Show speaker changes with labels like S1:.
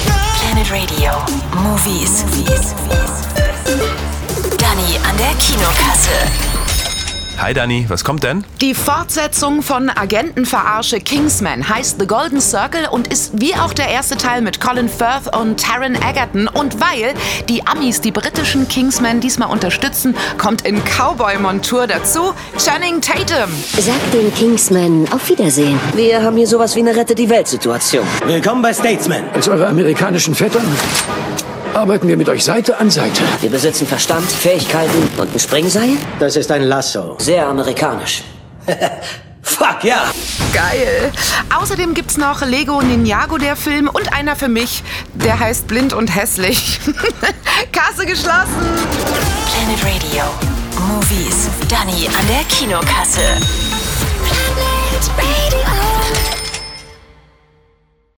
S1: Inside Radio Movies. Dani an der Kinokasse.
S2: Hi Dani, was kommt denn?
S3: Die Fortsetzung von Agentenverarsche Kingsman heißt The Golden Circle und ist wie auch der erste Teil mit Colin Firth und Taron Egerton. Und weil die Amis die britischen Kingsmen diesmal unterstützen, kommt in Cowboy-Montur dazu Channing Tatum.
S4: Sag den Kingsmen auf Wiedersehen.
S5: Wir haben hier sowas wie eine Rette-die-Welt-Situation.
S6: Willkommen bei Statesman.
S7: Als eure amerikanischen Vettern arbeiten wir mit euch Seite an Seite.
S5: Wir besitzen Verstand, Fähigkeiten und ein Springseil?
S6: Das ist ein Lasso.
S5: Sehr amerikanisch.
S6: Fuck ja!
S3: Geil. Außerdem gibt's noch Lego Ninjago, der Film, und einer für mich, der heißt Blind und Hässlich. Kasse geschlossen.
S1: Planet Radio Movies. Dani an der Kinokasse. Planet Radio.